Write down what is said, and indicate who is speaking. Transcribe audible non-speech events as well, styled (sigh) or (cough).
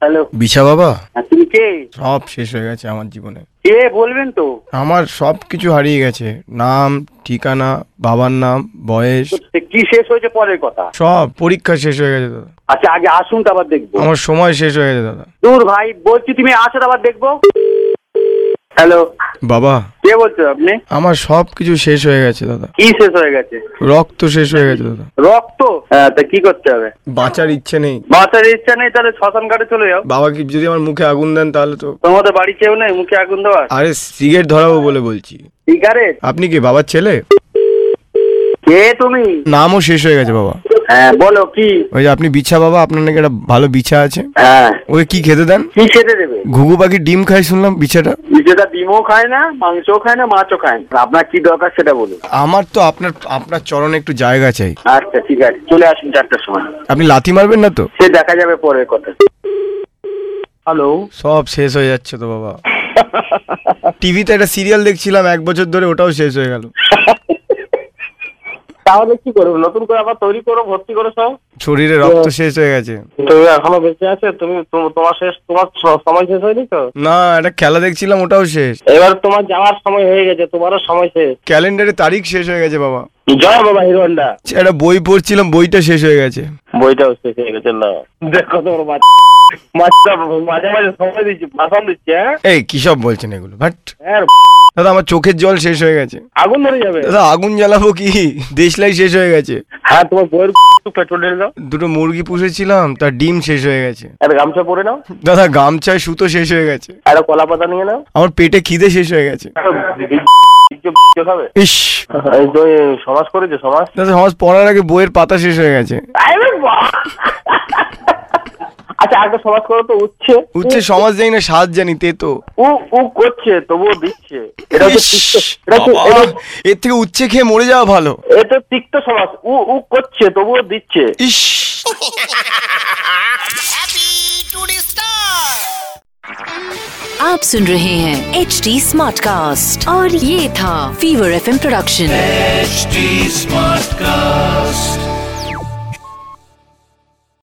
Speaker 1: Hello
Speaker 2: বিশা বাবা
Speaker 1: হ্যাঁ, তুমি কে
Speaker 2: সব শেষ হয়ে গেছে আমার জীবনে
Speaker 1: কে বলবেন তো
Speaker 2: আমার সব কিছু হারিয়ে গেছে নাম ঠিকানা বাবার নাম বয়স
Speaker 1: সে কি শেষ হয়েছে পরের কথা
Speaker 2: সব পরীক্ষা শেষ হয়ে গেছে দাদা
Speaker 1: আচ্ছা আগে আসুন তো আবার দেখবো
Speaker 2: আমার সময় শেষ হয়ে গেছে দাদা
Speaker 1: দূর ভাই বলছি তুমি আসো তো আবার দেখবো হ্যালো
Speaker 2: বাবা
Speaker 1: কে বলছো আপনি
Speaker 2: আমার সব কিছু শেষ হয়ে গেছে দাদা
Speaker 1: কি শেষ হয়ে গেছে
Speaker 2: রক্ত শেষ হয়ে গেছে দাদা
Speaker 1: রক্ত হ্যাঁ তা কি করতে হবে
Speaker 2: বাঁচার ইচ্ছে নেই
Speaker 1: বাঁচার ইচ্ছা নেই তাহলে শ্মশান ঘাটে চলে যাও
Speaker 2: বাবা কি যদি আমার মুখে আগুন দেন তাহলে তো
Speaker 1: তোমাদের বাড়ি কেউ নেই মুখে আগুন দেওয়ার
Speaker 2: আরে সিগারেট ধরাবো বলে বলছি
Speaker 1: সিগারেট
Speaker 2: আপনি কি বাবার ছেলে
Speaker 1: কে তুমি
Speaker 2: নামও শেষ হয়ে গেছে বাবা
Speaker 1: হ্যাঁ বলো কি
Speaker 2: ওই যে আপনি বিছা বাবা আপনার নাকি একটা ভালো বিছা আছে
Speaker 1: হ্যাঁ
Speaker 2: ওই কি খেতে দেন
Speaker 1: কি খেতে দেবে
Speaker 2: ঘুঘু পাখি ডিম খাই শুনলাম বিছাটা
Speaker 1: যেটা ডিমও খায় না মাংসও খায় না মাছও খায় না আপনার কি দরকার সেটা বলুন
Speaker 2: আমার তো আপনার আপনার চরণে একটু জায়গা চাই
Speaker 1: আচ্ছা ঠিক আছে চলে আসুন চারটার সময়
Speaker 2: আপনি লাথি মারবেন না তো
Speaker 1: সে দেখা যাবে পরের কথা হ্যালো
Speaker 2: সব শেষ হয়ে যাচ্ছে তো বাবা (laughs) টিভিতে একটা সিরিয়াল দেখছিলাম এক বছর ধরে ওটাও শেষ হয়ে গেল
Speaker 1: তাহলে কি করবো নতুন করে আবার তৈরি করো ভর্তি করো সব
Speaker 2: শরীরে রক্ত শেষ হয়ে গেছে
Speaker 1: তুমি এখনো বেঁচে আছে তুমি তো- তোমার শেষ তোমার স- সময় শেষ হয়নি তো
Speaker 2: না একটা খেলা দেখছিলাম ওটাও শেষ
Speaker 1: এবার তোমার যাওয়ার সময় হয়ে গেছে তোমারও সময় শেষ
Speaker 2: ক্যালেন্ডারে তারিখ শেষ হয়ে গেছে বাবা
Speaker 1: জয় বাবা হিরোন্ডা
Speaker 2: একটা বই পড়ছিলাম বইটা শেষ হয়ে গেছে
Speaker 1: বইটাও শেষ হয়ে গেছে না দেখো তোমার বাচ্চা বাচ্চা মাঝে মাঝে সময় দিচ্ছি ভাষণ দিচ্ছি হ্যাঁ
Speaker 2: এই কি সব বলছেন এগুলো বাট
Speaker 1: হ্যাঁ,
Speaker 2: দাদা আমার চোখের জল শেষ হয়ে গেছে
Speaker 1: আগুন ধরে যাবে
Speaker 2: দাদা আগুন জ্বালাবো কি দেশলাই শেষ হয়ে গেছে
Speaker 1: হ্যাঁ তোমার বইয়ের পেট্রোল ঢেলে দাও
Speaker 2: দুটো মুরগি পুষেছিলাম তার ডিম শেষ হয়ে গেছে
Speaker 1: একটা গামছা পরে নাও
Speaker 2: দাদা গামছায় সুতো শেষ হয়ে গেছে
Speaker 1: একটা কলা পাতা নিয়ে (laughs) নাও
Speaker 2: আমার পেটে খিদে শেষ হয়ে গেছে
Speaker 1: একটা বীজ- বীজ- বীজ (laughs) খাবে
Speaker 2: ইস
Speaker 1: এই তো এই সমাজ করেছে সমাজ
Speaker 2: দাদা সমাজ পড়ার আগে বইয়ের পাতা শেষ হয়ে গেছে
Speaker 1: আরে বাহ! আচ্ছা আগে সমাজ করো তো উচ্ছে
Speaker 2: উচ্ছে সমাজ জানি না সাজ জানি তে তো
Speaker 1: উ উ করছে তবুও দিচ্ছে এটা হচ্ছে
Speaker 2: ইস,
Speaker 1: তিক্ত এটা হচ্ছে-
Speaker 2: বাবা,
Speaker 1: এটা-
Speaker 2: এর থেকে উচ্ছে খেয়ে মরে যাওয়া ভালো
Speaker 1: এটা তিক্ত সমাজ উ উ করছে তবুও দিচ্ছে
Speaker 2: ইস
Speaker 3: आप सुन रहे हैं एच डी स्मार्ट कास्ट और ये था fever F production
Speaker 4: HD Smartcast.